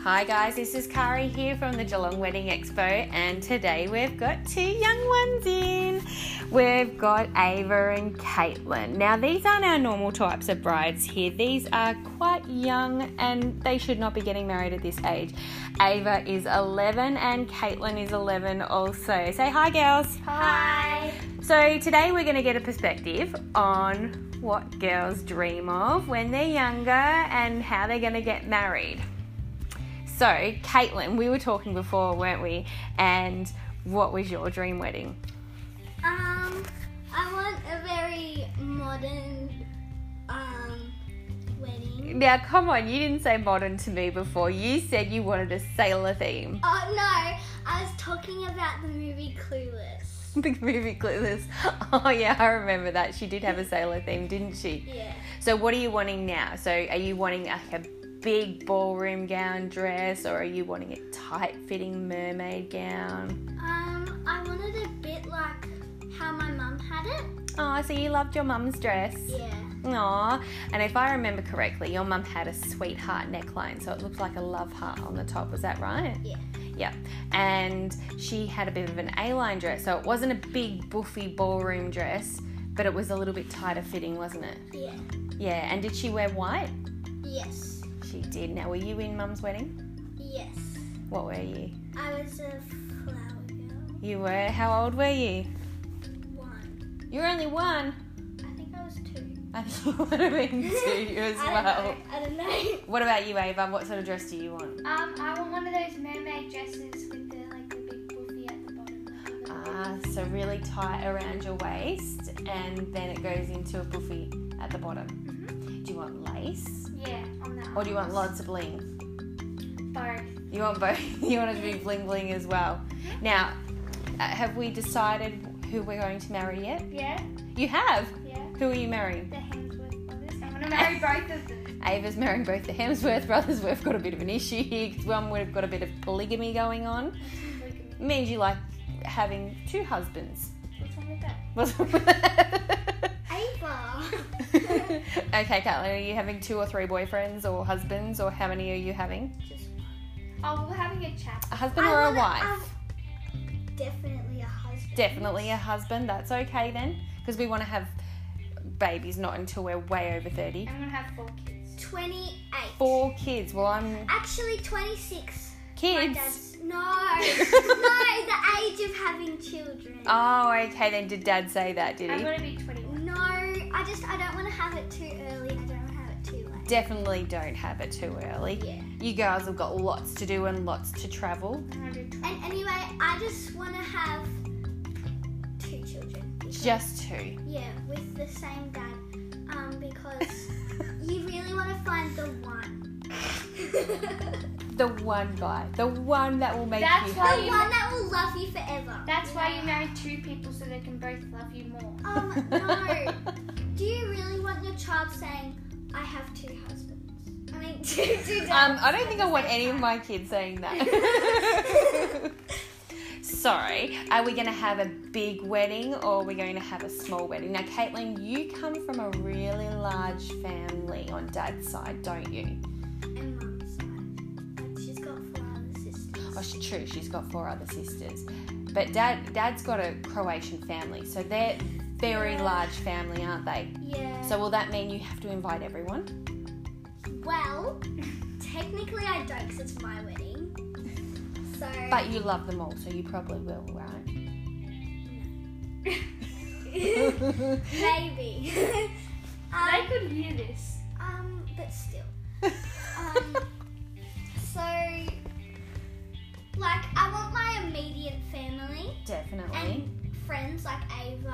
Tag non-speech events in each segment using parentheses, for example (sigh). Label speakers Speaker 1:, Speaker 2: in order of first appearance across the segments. Speaker 1: Hi guys, this is Kari here from the Geelong Wedding Expo, and today we've got two young ones in. We've got Ava and Caitlin. Now, these aren't our normal types of brides here, these are quite young and they should not be getting married at this age. Ava is 11 and Caitlin is 11 also. Say hi, girls.
Speaker 2: Hi.
Speaker 1: So, today we're going to get a perspective on what girls dream of when they're younger and how they're going to get married. So, Caitlin, we were talking before, weren't we? And what was your dream wedding?
Speaker 2: Um, I want a very modern um wedding.
Speaker 1: Now, come on, you didn't say modern to me before. You said you wanted a sailor theme. (laughs)
Speaker 2: Oh no, I was talking about the movie Clueless.
Speaker 1: The movie Clueless. (laughs) Oh, yeah, I remember that. She did have a sailor theme, didn't she?
Speaker 2: Yeah.
Speaker 1: So, what are you wanting now? So, are you wanting like a big ballroom gown dress or are you wanting a tight fitting mermaid gown?
Speaker 2: Um, I wanted a bit like how my mum had it.
Speaker 1: Oh, so you loved your mum's dress.
Speaker 2: Yeah.
Speaker 1: Aw, and if I remember correctly, your mum had a sweetheart neckline, so it looked like a love heart on the top. Was that right?
Speaker 2: Yeah.
Speaker 1: Yep. And she had a bit of an A-line dress, so it wasn't a big buffy ballroom dress, but it was a little bit tighter fitting, wasn't it?
Speaker 2: Yeah.
Speaker 1: Yeah. And did she wear white?
Speaker 2: Yes.
Speaker 1: She did. Now, were you in mum's wedding?
Speaker 2: Yes.
Speaker 1: What were you?
Speaker 2: I was a flower girl.
Speaker 1: You were. How old were you?
Speaker 2: One.
Speaker 1: You're only one.
Speaker 2: I think I
Speaker 1: (laughs)
Speaker 2: was two.
Speaker 1: I think you would have been two as
Speaker 2: (laughs) I
Speaker 1: well.
Speaker 2: Don't know. (laughs) I don't know.
Speaker 1: What about you, Ava? What sort of dress do you want?
Speaker 2: Um, I want one of those mermaid dresses with the like the big buffy at the bottom.
Speaker 1: Ah, so really tight around your waist, and then it goes into a buffy at the bottom. Do you want lace,
Speaker 2: Yeah, on that.
Speaker 1: or do you want lots of bling?
Speaker 2: Both.
Speaker 1: You want both. (laughs) You want it to be bling bling as well. Now, uh, have we decided who we're going to marry yet?
Speaker 2: Yeah,
Speaker 1: You have.
Speaker 2: yeah.
Speaker 1: Who are you marrying?
Speaker 2: The Hemsworth brothers. I want to marry both of them.
Speaker 1: Ava's marrying both the Hemsworth brothers. (laughs) We've got a bit of an issue here 'cause one would have got a bit of polygamy going on. It means you like having two husbands. (laughs)
Speaker 2: What's wrong with that?
Speaker 1: What's wrong with that? (laughs) okay, Caitlin, are you having two or three boyfriends or husbands, or how many are you having?
Speaker 2: Oh, we're having a chat.
Speaker 1: A husband or a wife?
Speaker 2: definitely a husband.
Speaker 1: Definitely a husband. That's okay then, because we want to have babies not until we're way over thirty.
Speaker 3: I'm gonna have four kids.
Speaker 2: 28.
Speaker 1: Four kids. Well, I'm
Speaker 2: Actually, 26.
Speaker 1: (laughs)
Speaker 2: My
Speaker 1: kids.
Speaker 2: dad's. No. no, the age of having children.
Speaker 3: Uh.
Speaker 1: Oh, okay then. Did Dad say that? Did
Speaker 3: I'm
Speaker 1: he?
Speaker 3: gonna be 21.
Speaker 2: No, I just, I don't want to have it too early. I don't want to have it too late.
Speaker 1: Definitely don't have it too early.
Speaker 2: Yeah.
Speaker 1: You girls have got lots to do and lots to travel.
Speaker 3: I'm gonna be
Speaker 2: And anyway, I just want to have two children.
Speaker 1: Just two. (laughs)
Speaker 2: Yeah, with the same dad. Um, because you really want to find
Speaker 3: (laughs)
Speaker 2: the one. the
Speaker 1: the one guy, the one that will make
Speaker 3: That's
Speaker 1: you.
Speaker 3: why
Speaker 1: happy.
Speaker 3: you-
Speaker 2: one that will love you forever.
Speaker 3: That's why you marry two people so they can both love you more. (laughs)
Speaker 2: Um, no.
Speaker 1: (laughs)
Speaker 2: Do you really want your child saying, I have two husbands? I mean, (laughs) two, two dads.
Speaker 1: Um, I don't think I
Speaker 2: at
Speaker 1: want
Speaker 2: the same
Speaker 1: any of
Speaker 2: time.
Speaker 1: my kids saying that. (laughs) Sorry, are we going to have a big wedding or are we going to have a small wedding? Now, Caitlin, you come from a really large family on dad's side, don't you?
Speaker 2: And mum's side. Like, she's got four other sisters.
Speaker 1: Oh, she, true, she's got four other sisters, but dad, dad's got a Croatian family, so they're very
Speaker 2: Yeah.
Speaker 1: large family, aren't they?
Speaker 2: Yeah.
Speaker 1: So will that mean you have to invite everyone?
Speaker 2: Well, technically I don't because it's my wedding. So. (laughs)
Speaker 1: But you love them all, so you probably will, right? (laughs)
Speaker 2: Maybe. (laughs)
Speaker 3: They
Speaker 2: um,
Speaker 3: could hear this.
Speaker 2: um, but still. Um, so, like, I want my immediate family
Speaker 1: Definitely.
Speaker 2: and friends like Ava.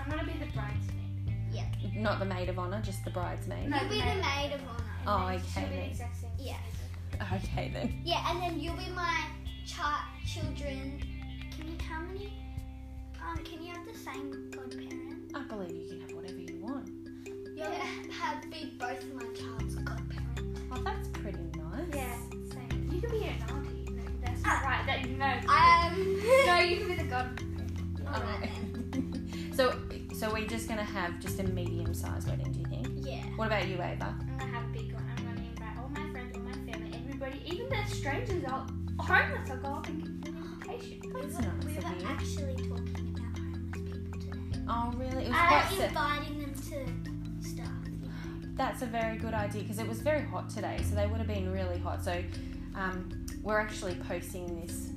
Speaker 3: I'm gonna be the bridesmaid.
Speaker 1: Not the maid of honor, just the bridesmaid.
Speaker 3: No.
Speaker 2: You'll be the maid of honor.
Speaker 1: Oh,
Speaker 3: She'll be the
Speaker 1: okay
Speaker 3: exact same.
Speaker 2: Yeah.
Speaker 1: then. (laughs) Okay then.
Speaker 2: Yeah, and then you'll be my ch- children. Can you how many? Um, can you have the same godparent?
Speaker 1: I believe you can have whatever you want.
Speaker 2: You'll (laughs) have be both of my child's godparent.
Speaker 1: Oh, that's pretty nice.
Speaker 3: Yeah, same. You could be an auntie. No, that's
Speaker 2: Uh,
Speaker 3: not right. That no.
Speaker 2: Um. (laughs)
Speaker 3: No, you could be the god.
Speaker 2: Alright then.
Speaker 1: (laughs) so, so we're just gonna have just a medium-sized wedding, do you think?
Speaker 2: Yeah.
Speaker 1: What about you, Ava?
Speaker 3: I'm gonna have a big one. I'm gonna invite all my friends, all my family, everybody already. Even the strangers are homeless. I go up and give them an invitation.
Speaker 1: That's nice
Speaker 2: We
Speaker 1: of
Speaker 2: were
Speaker 1: you.
Speaker 2: actually talking about homeless people today.
Speaker 1: Oh, really? It was
Speaker 2: Uh,
Speaker 1: quite se-
Speaker 2: inviting them to stuff.
Speaker 1: That's a very good idea because it was very hot today, so they would have been really hot. So um, we're actually posting this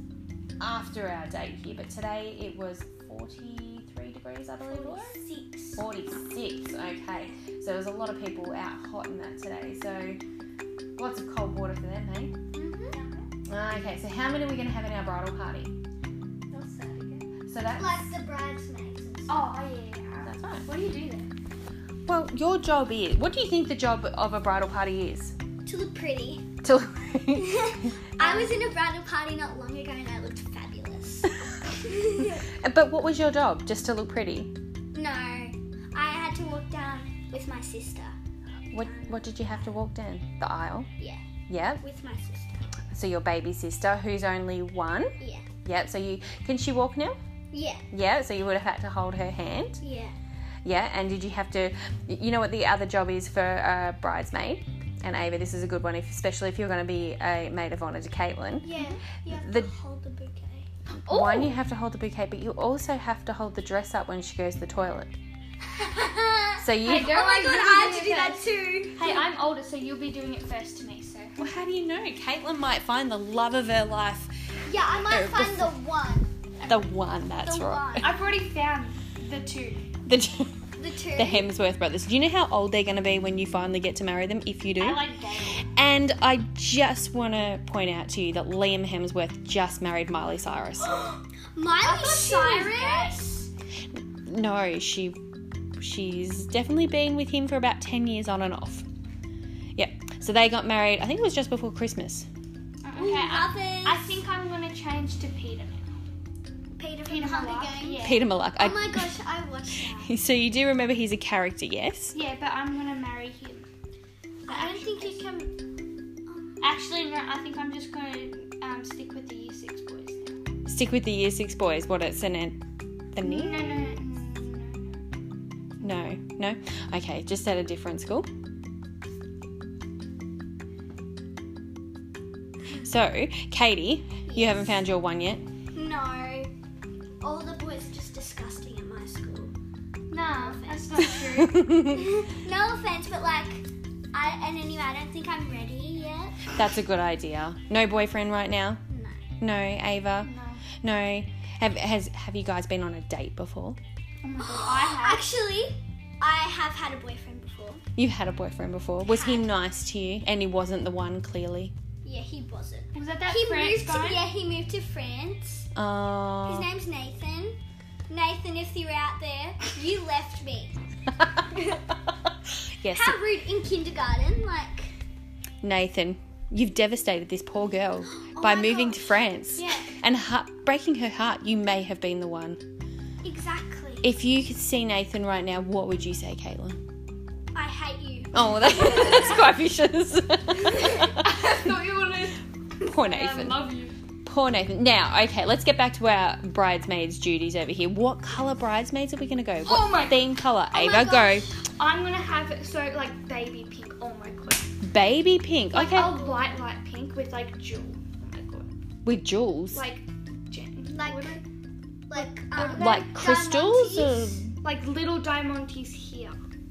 Speaker 1: after our date here, but today it was 43 degrees, I believe it was.
Speaker 2: Six.
Speaker 1: 46, okay. So there was a lot of people out hot in that today, so lots of cold water for them, hey?
Speaker 2: Mm-hmm.
Speaker 1: Okay, so how many are we going to have in our bridal party?
Speaker 3: What's that again?
Speaker 1: So that's.
Speaker 2: Like the bridesmaids. and stuff.
Speaker 3: Oh yeah, yeah.
Speaker 1: That's right.
Speaker 3: What do you do then?
Speaker 1: Well, your job is. What do you think the job of a bridal party is?
Speaker 2: To look pretty.
Speaker 1: To.
Speaker 2: I was in a bridal party not long ago and I looked (laughs) fabulous.
Speaker 1: but what was your job? Just to look pretty.
Speaker 2: no, I had to walk down with my sister.
Speaker 1: What What did you have to walk down the aisle?
Speaker 2: Yeah,
Speaker 1: Yep.
Speaker 2: with my sister.
Speaker 1: So your baby sister, who's only one.
Speaker 2: Yeah,
Speaker 1: Yep. So you can she walk now?
Speaker 2: yeah,
Speaker 1: Yeah. So you would have had to hold her hand.
Speaker 2: yeah.
Speaker 1: Yeah. And did you have to? You know what the other job is for a bridesmaid. And Ava, this is a good one, if, especially if you're going to be a maid of honour to Caitlin.
Speaker 2: Yeah, you have
Speaker 1: The-
Speaker 2: to hold the bouquet. (laughs)
Speaker 1: One, you have to hold the bouquet, but you also have to hold the dress up when she goes to the toilet. So you.
Speaker 3: Hey, girl.
Speaker 2: oh my
Speaker 3: you
Speaker 2: god,
Speaker 3: do
Speaker 2: I had
Speaker 3: it
Speaker 2: to do that
Speaker 3: first.
Speaker 2: too.
Speaker 3: Hey, I'm older, so you'll be doing it first to me. So
Speaker 1: Well, how do you know? Caitlin might find the love of her life.
Speaker 2: Yeah, I might
Speaker 1: Oh,
Speaker 2: find the one.
Speaker 1: The one, that's
Speaker 2: The
Speaker 1: right.
Speaker 2: one.
Speaker 3: (laughs) I've already found the two.
Speaker 1: (laughs) The,
Speaker 2: The two.
Speaker 1: the Hemsworth brothers. Do you know how old they're going to be when you finally get to marry them, if you do?
Speaker 3: I like Dale.
Speaker 1: and I just want to point out to you that Liam Hemsworth just married Miley Cyrus.
Speaker 2: Miley
Speaker 3: she was
Speaker 2: Cyrus?
Speaker 1: no, she she's definitely been with him for about 10 years on and off. Yep. So they got married, I think it was just before Christmas. (laughs)
Speaker 3: Mm-hmm. Okay,
Speaker 2: Ooh,
Speaker 3: I,
Speaker 2: others.
Speaker 3: I think I'm gonna change to Peter now.
Speaker 2: Peter from
Speaker 3: Peter
Speaker 2: Hunger
Speaker 3: Malak,
Speaker 2: Games.
Speaker 3: Yeah.
Speaker 1: Peter Malak. I-
Speaker 2: Oh my gosh, I watched
Speaker 3: (laughs)
Speaker 1: (laughs)
Speaker 2: that.
Speaker 1: so you do remember he's a character, yes?
Speaker 3: Yeah, but I'm gonna marry him.
Speaker 2: I don't think you can.
Speaker 3: Actually, no. I think I'm just gonna um, stick with the Year Six boys. Now.
Speaker 1: Stick with the Year 6 boys. What, it's an Anthony?
Speaker 3: No, no, no, no, no, no.
Speaker 1: No, no. Okay, just at a different school. So, Katie, you haven't found your one yet.
Speaker 2: No. All the boys are just disgusting at my school. (laughs)
Speaker 3: Nah, that's not true.
Speaker 2: No offense, but like, I and anyway, I don't think I'm ready yet.
Speaker 1: (laughs) That's a good idea. No boyfriend right now.
Speaker 2: (gasps) No.
Speaker 1: No, Ava.
Speaker 3: no.
Speaker 1: No. Have has have you guys been on a date before?
Speaker 3: Oh my god, I have.
Speaker 2: Actually, I have had a boyfriend before.
Speaker 1: You've had a boyfriend before. Was he nice to you? And he wasn't the one, clearly.
Speaker 2: Yeah, he wasn't.
Speaker 3: Was that that
Speaker 2: he
Speaker 3: France
Speaker 2: moved
Speaker 3: guy?
Speaker 2: to yeah, he moved to France. His
Speaker 1: Oh.
Speaker 2: name's Nathan. Nathan, if you're out there, you left me.
Speaker 1: (laughs) yes,
Speaker 2: How rude in kindergarten, like
Speaker 1: Nathan, you've devastated this poor
Speaker 2: (gasps)
Speaker 1: girl by
Speaker 2: Oh my
Speaker 1: moving
Speaker 2: gosh.
Speaker 1: to France
Speaker 2: Yeah.
Speaker 1: and heart- breaking her heart. You may have been the one.
Speaker 2: exactly.
Speaker 1: If you could see Nathan right now, what would you say, Caitlin?
Speaker 2: I hate you.
Speaker 1: Oh, (laughs) that, that's quite
Speaker 2: (laughs)
Speaker 1: vicious.
Speaker 3: I thought you wanted.
Speaker 1: poor
Speaker 3: I
Speaker 1: Nathan.
Speaker 2: Um,
Speaker 3: love you.
Speaker 1: Poor Nathan. Now, okay, let's get back to our bridesmaids' duties over here. What colour bridesmaids are we going to go?
Speaker 3: (gasps)
Speaker 1: What
Speaker 3: Oh my-
Speaker 1: theme colour?
Speaker 2: my
Speaker 1: Ava, go.
Speaker 3: I'm gonna have so like baby pink. Oh my god.
Speaker 1: Baby pink.
Speaker 3: Like
Speaker 1: Okay.
Speaker 3: a light, light pink with like jewel. Oh my god.
Speaker 1: With jewels. Like,
Speaker 3: Like, gen-
Speaker 2: Like, like, um,
Speaker 1: crystals? Or,
Speaker 2: diamantes.
Speaker 3: like little diamantes here.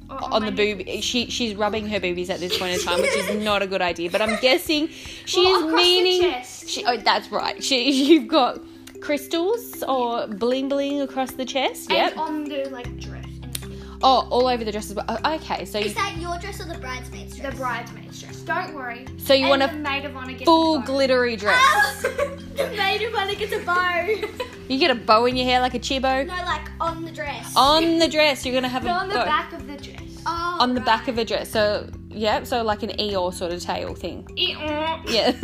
Speaker 3: Or
Speaker 1: on the
Speaker 3: my nipple.
Speaker 1: boob. She she's rubbing her boobies at this point in time, which is not a good idea. But I'm
Speaker 3: (laughs)
Speaker 1: guessing she
Speaker 3: Well,
Speaker 1: is
Speaker 3: Oh, across the
Speaker 1: meaning.
Speaker 3: chest.
Speaker 1: She, oh, that's right. She (laughs) you've got crystals or bling bling across the chest. Yep.
Speaker 3: And on the like dress and
Speaker 1: Oh, all over the dress as well. Oh, okay, so you,
Speaker 2: Is that your dress or the bridesmaid's
Speaker 3: the
Speaker 2: dress?
Speaker 3: bridesmaid's dress. Don't worry.
Speaker 1: so you
Speaker 3: and
Speaker 1: want
Speaker 3: the
Speaker 1: a
Speaker 3: maid of honor gets
Speaker 1: full
Speaker 3: a bow.
Speaker 1: glittery dress.
Speaker 2: (laughs) the maid of honor gets a bow. (laughs)
Speaker 1: You get a bow in your hair like a chibo.
Speaker 2: no, like on the dress.
Speaker 1: On the dress, you're gonna have
Speaker 3: No,
Speaker 1: a
Speaker 3: on the
Speaker 1: bow.
Speaker 3: back of the dress.
Speaker 2: Oh,
Speaker 1: On the
Speaker 2: right.
Speaker 1: back of a dress. So yeah, so like an Eeyore sort of tail thing.
Speaker 3: Ew. (laughs)
Speaker 1: Yeah.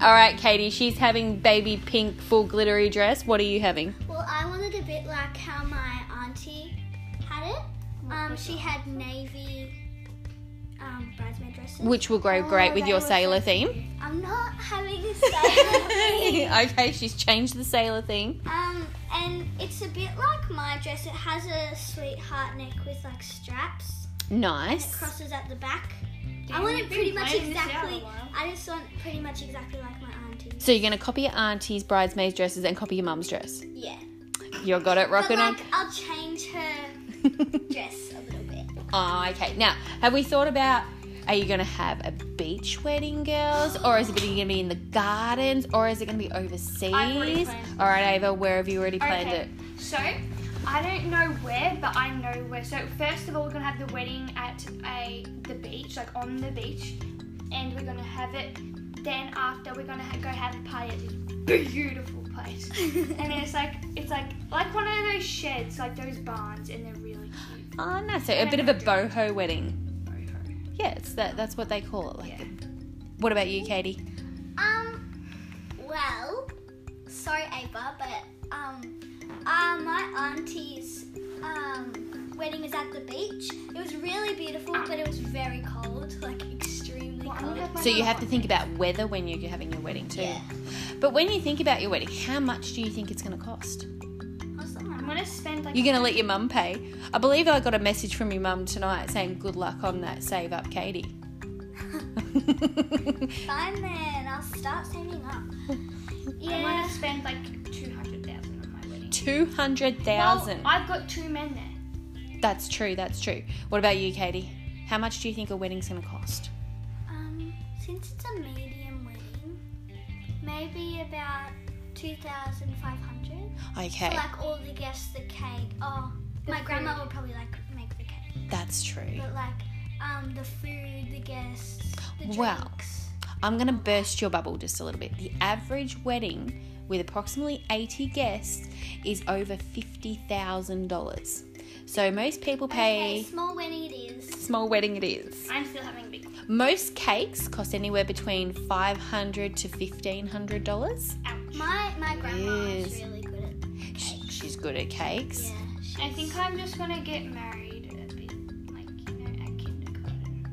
Speaker 1: All right, Katie. She's having baby pink full glittery dress. What are you having?
Speaker 2: Well, I wanted a bit like how my auntie had it. Um, she had navy um, bridesmaid dresses.
Speaker 1: Which will go great with
Speaker 3: Oh, they
Speaker 1: your
Speaker 3: were
Speaker 1: sailor theme.
Speaker 2: I'm not having a sailor
Speaker 1: (laughs)
Speaker 2: thing.
Speaker 1: okay, she's changed the sailor theme.
Speaker 2: Um, and it's a bit like my dress. It has a sweetheart neck with like straps. It
Speaker 1: Nice.
Speaker 2: crosses at the back. I want it
Speaker 3: You've been
Speaker 2: pretty much
Speaker 3: planning this out a
Speaker 2: exactly.
Speaker 3: while.
Speaker 2: I just want it pretty much exactly like my auntie.
Speaker 1: So you're gonna copy your auntie's bridesmaid's dresses and copy your mum's dress.
Speaker 2: Yeah.
Speaker 1: You got it,
Speaker 2: But
Speaker 1: rocking
Speaker 2: like, I'll change her
Speaker 1: (laughs) on.
Speaker 2: dress a little bit.
Speaker 1: oh, okay. Now, have we thought about? Are you gonna have a beach wedding, girls, or is it gonna be in the gardens, or is it gonna be overseas?
Speaker 3: I've already planned
Speaker 1: All right, Ava, where have you already planned
Speaker 3: Okay.
Speaker 1: it?
Speaker 3: So, I don't know where, but I know where. So, first of all, we're gonna have the wedding at a the beach, like on the beach, and we're gonna have it. Then after, we're gonna ha- go have a party at a beautiful place, and it's like it's like like one of those sheds, like those barns, and they're really cute.
Speaker 1: Oh, nice. So a bit of a boho wedding.
Speaker 3: Boho.
Speaker 1: Yeah, it's that. That's what they call it. Like,
Speaker 3: Yeah.
Speaker 1: what about you, Katie?
Speaker 2: Um, well, sorry, Ava, but um, uh, my auntie's um wedding was at the beach. It was really beautiful, but it was very cold, (laughs) like extremely
Speaker 3: Well, I'm
Speaker 2: cold.
Speaker 3: gonna have my
Speaker 1: So you have to
Speaker 3: mum
Speaker 1: think about weather when you're having your wedding too.
Speaker 2: Yeah.
Speaker 1: But when you think about your wedding, how much do you think it's going to cost?
Speaker 2: How's that?
Speaker 3: on. I'm gonna spend like
Speaker 1: You're going to let your mum pay. I believe I got a message from your mum tonight saying good luck on that save up,
Speaker 3: (laughs)
Speaker 1: Katie. (laughs)
Speaker 2: Fine then, I'll start saving
Speaker 3: (laughs)
Speaker 2: up.
Speaker 3: I'm
Speaker 2: Yeah.
Speaker 3: gonna spend like two hundred thousand on my wedding.
Speaker 1: 200,000.
Speaker 3: Well, I've got two men there.
Speaker 1: That's true, that's true. What about you, Katie? How much do you think a wedding's going to cost?
Speaker 2: Um, since it's a medium wedding, maybe about two thousand five hundred.
Speaker 1: Okay,
Speaker 2: Like all the gifts, the cake. Oh,
Speaker 3: The
Speaker 2: my grandma
Speaker 3: food.
Speaker 2: will probably like make the cake.
Speaker 1: that's true.
Speaker 2: But like, um, the food, the guests, the drinks.
Speaker 1: Well. I'm going to burst your bubble just a little bit. The average wedding with approximately 80 guests is over $50,000. So most people pay
Speaker 2: Okay, small wedding it is.
Speaker 1: small wedding it is.
Speaker 3: I'm still having a big one.
Speaker 1: Most cakes cost anywhere between 500 to $1500.
Speaker 3: Ouch.
Speaker 2: My my grandma
Speaker 1: Yes.
Speaker 2: is really good at
Speaker 1: (laughs) Sh- She's good at cakes.
Speaker 2: yeah. She,
Speaker 3: I think I'm just gonna get married a bit, like you know, at kindergarten.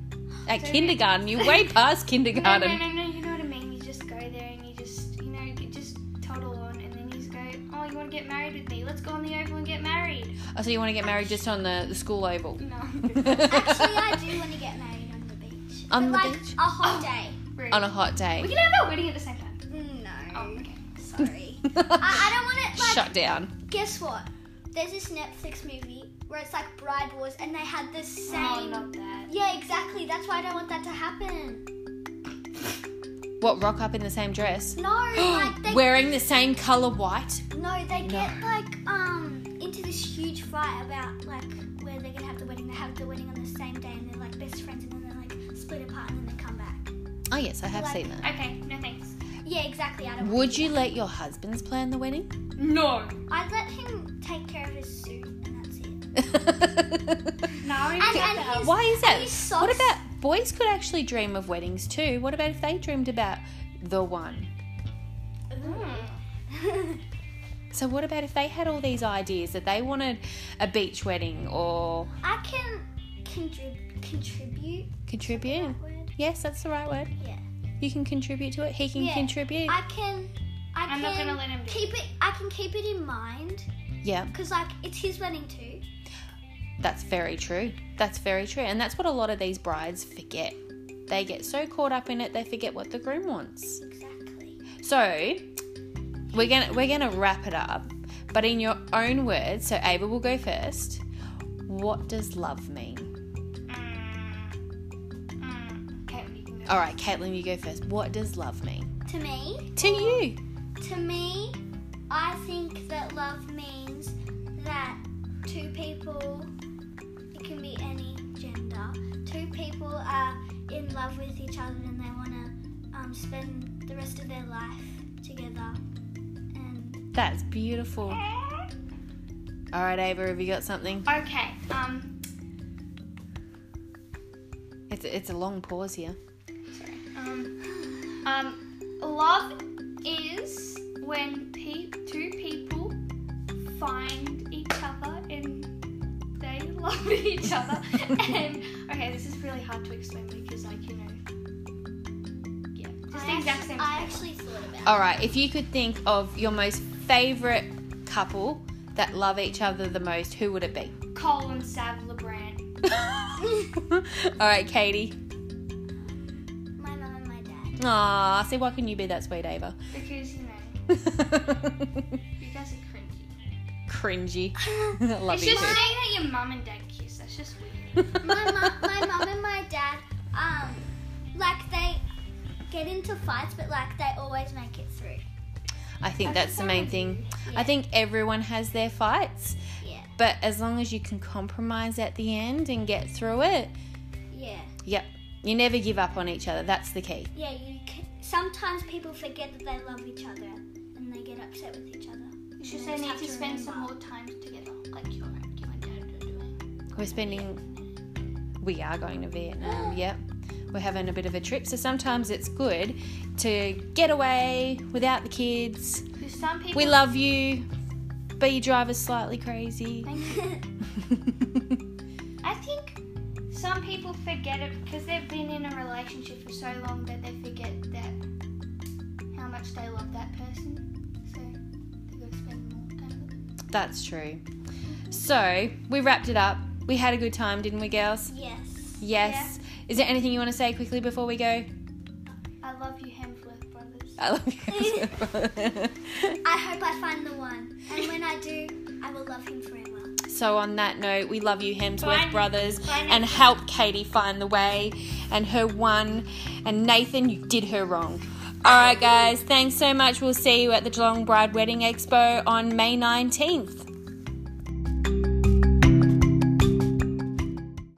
Speaker 1: At
Speaker 3: So-
Speaker 1: kindergarten,
Speaker 3: (laughs)
Speaker 1: you're way past
Speaker 3: No, no,
Speaker 1: kindergarten.
Speaker 3: no, no. You know what I mean. You just go there and you just, you know, you just toddle on, and then you just go, oh, you want to get married with me? Let's go on the oval and get married. (laughs)
Speaker 1: Oh, so you want to get married just on the, the school oval? (laughs)
Speaker 3: No.
Speaker 2: Actually, I do want to get married on the beach.
Speaker 1: On
Speaker 2: But,
Speaker 1: the
Speaker 2: like,
Speaker 1: beach?
Speaker 2: A hot day.
Speaker 3: Rude.
Speaker 1: (laughs) on a hot
Speaker 3: we
Speaker 1: day.
Speaker 3: can have our wedding at the same time.
Speaker 2: No.
Speaker 3: Oh, okay.
Speaker 1: (laughs)
Speaker 2: Sorry. I, I don't want to like.
Speaker 1: Shut down.
Speaker 2: Guess what? There's this Netflix movie where it's like bride wars, and they had the
Speaker 3: Oh,
Speaker 2: same.
Speaker 3: not that.
Speaker 2: yeah, exactly. That's why I don't want that to happen.
Speaker 1: What, rock up in the same dress? (gasps)
Speaker 2: No, like they
Speaker 1: Wearing the same colour white?
Speaker 2: No, they get like um into this huge fight about like where they're gonna have the wedding. They have the wedding on the same day, and they're like best friends, and then they like split apart and then they come back.
Speaker 1: Oh, yes, I have
Speaker 2: Like-
Speaker 1: seen that.
Speaker 3: Okay. No thanks.
Speaker 2: Yeah, exactly. I don't. want
Speaker 1: Would
Speaker 2: to do
Speaker 1: you let your husbands plan the wedding?
Speaker 2: (laughs)
Speaker 3: No.
Speaker 2: that. I'd let him take care of his suit, and that's it.
Speaker 3: No. I
Speaker 2: And,
Speaker 3: don't
Speaker 2: and
Speaker 3: think
Speaker 2: his,
Speaker 1: Why is that?
Speaker 2: his socks.
Speaker 1: What about boys could actually dream of weddings too? What about if they dreamed about the one? So what about if they had all these ideas that they wanted a beach wedding or
Speaker 2: (laughs) I can contrib- contribute.
Speaker 1: contribute?
Speaker 2: That word.
Speaker 1: Yes, that's the right word.
Speaker 2: Yeah.
Speaker 1: You can contribute to it. He can
Speaker 2: Yeah.
Speaker 1: contribute.
Speaker 2: I can. I
Speaker 3: I'm
Speaker 2: can
Speaker 3: not gonna let him do
Speaker 2: keep it. I can keep it in mind
Speaker 1: yeah,
Speaker 2: because like it's his wedding too.
Speaker 1: that's very true. That's very true. And that's what a lot of these brides forget. They get so caught up in it they forget what the groom wants.
Speaker 2: Exactly.
Speaker 1: So we're gonna we're gonna wrap it up, but in your own words. So Ava will go first. What does love mean?
Speaker 3: Mm. Mm. Okay. you can go.
Speaker 1: All right, Caitlin, you go first. What does love mean
Speaker 2: To me,
Speaker 1: to you?
Speaker 2: To me, I think that love means that two people, it can be any gender, two people are in love with each other and they want to um, spend the rest of their life together. And
Speaker 1: That's beautiful. All right, Ava, have you got something?
Speaker 3: Okay. Um.
Speaker 1: It's it's a long pause here.
Speaker 3: Um, um, love is when pe- two people find each other and they (laughs) love each other. and okay, this is really hard to explain because, like, you know, yeah, just the
Speaker 2: I,
Speaker 3: exact
Speaker 2: actu-
Speaker 3: same.
Speaker 2: I
Speaker 3: thing.
Speaker 2: actually thought about
Speaker 1: All right, if you could think of your most favorite couple that love each other the most, who would it be? (laughs)
Speaker 3: Cole and Sav LeBrand.
Speaker 1: All right, Katie. Aw, see, why can you be that sweet, Ava? (laughs)
Speaker 3: Because, you know, you guys are cringy.
Speaker 1: Cringy. (laughs) I Love
Speaker 3: it's
Speaker 1: you
Speaker 3: just
Speaker 1: too.
Speaker 3: saying that your mum and dad kiss. That's just weird.
Speaker 2: (laughs) my mum, my mum and my dad, um, like they get into fights, but like they always make it through.
Speaker 1: (laughs) I think that's the main thing. I
Speaker 2: Yeah.
Speaker 1: think everyone has their fights,
Speaker 2: Yeah,
Speaker 1: but as long as you can compromise at the end and get through it,
Speaker 2: yeah,
Speaker 1: yep, you never give up on each other. That's the key.
Speaker 2: yeah. You can, sometimes people forget that they love each other and they get upset with each other. (laughs)
Speaker 3: It's just
Speaker 2: Yeah,
Speaker 3: they
Speaker 2: just
Speaker 3: need
Speaker 2: have
Speaker 3: to
Speaker 2: to
Speaker 3: spend some
Speaker 2: remember.
Speaker 3: more time together, like your, you and dad are doing.
Speaker 1: We're spending, we are going to Vietnam, yep. We're having a bit of a trip, so sometimes it's good to get away without the kids.
Speaker 3: 'Cause some people.
Speaker 1: We love you, but your driver's slightly crazy.
Speaker 3: I think some people forget it because they've been in a relationship for so long that they forget that how much they love that person. So they gotta spend more time with them.
Speaker 1: That's true. So we wrapped it up. We had a good time, didn't we, girls?
Speaker 2: Yes.
Speaker 1: Yes. Is there anything you want to say quickly before we go?
Speaker 3: I love you, Hemsworth brothers.
Speaker 1: I love you. (laughs)
Speaker 2: I hope I find the one, and when I do, I will love him forever.
Speaker 1: so on that note, we love you, Hemsworth
Speaker 3: Bye.
Speaker 1: brothers,
Speaker 3: Bye,
Speaker 1: and help Katie find the way and her one. And Nathan, you did her wrong. All right, guys. Thanks so much. We'll see you at the Geelong Bride Wedding Expo on May 19th.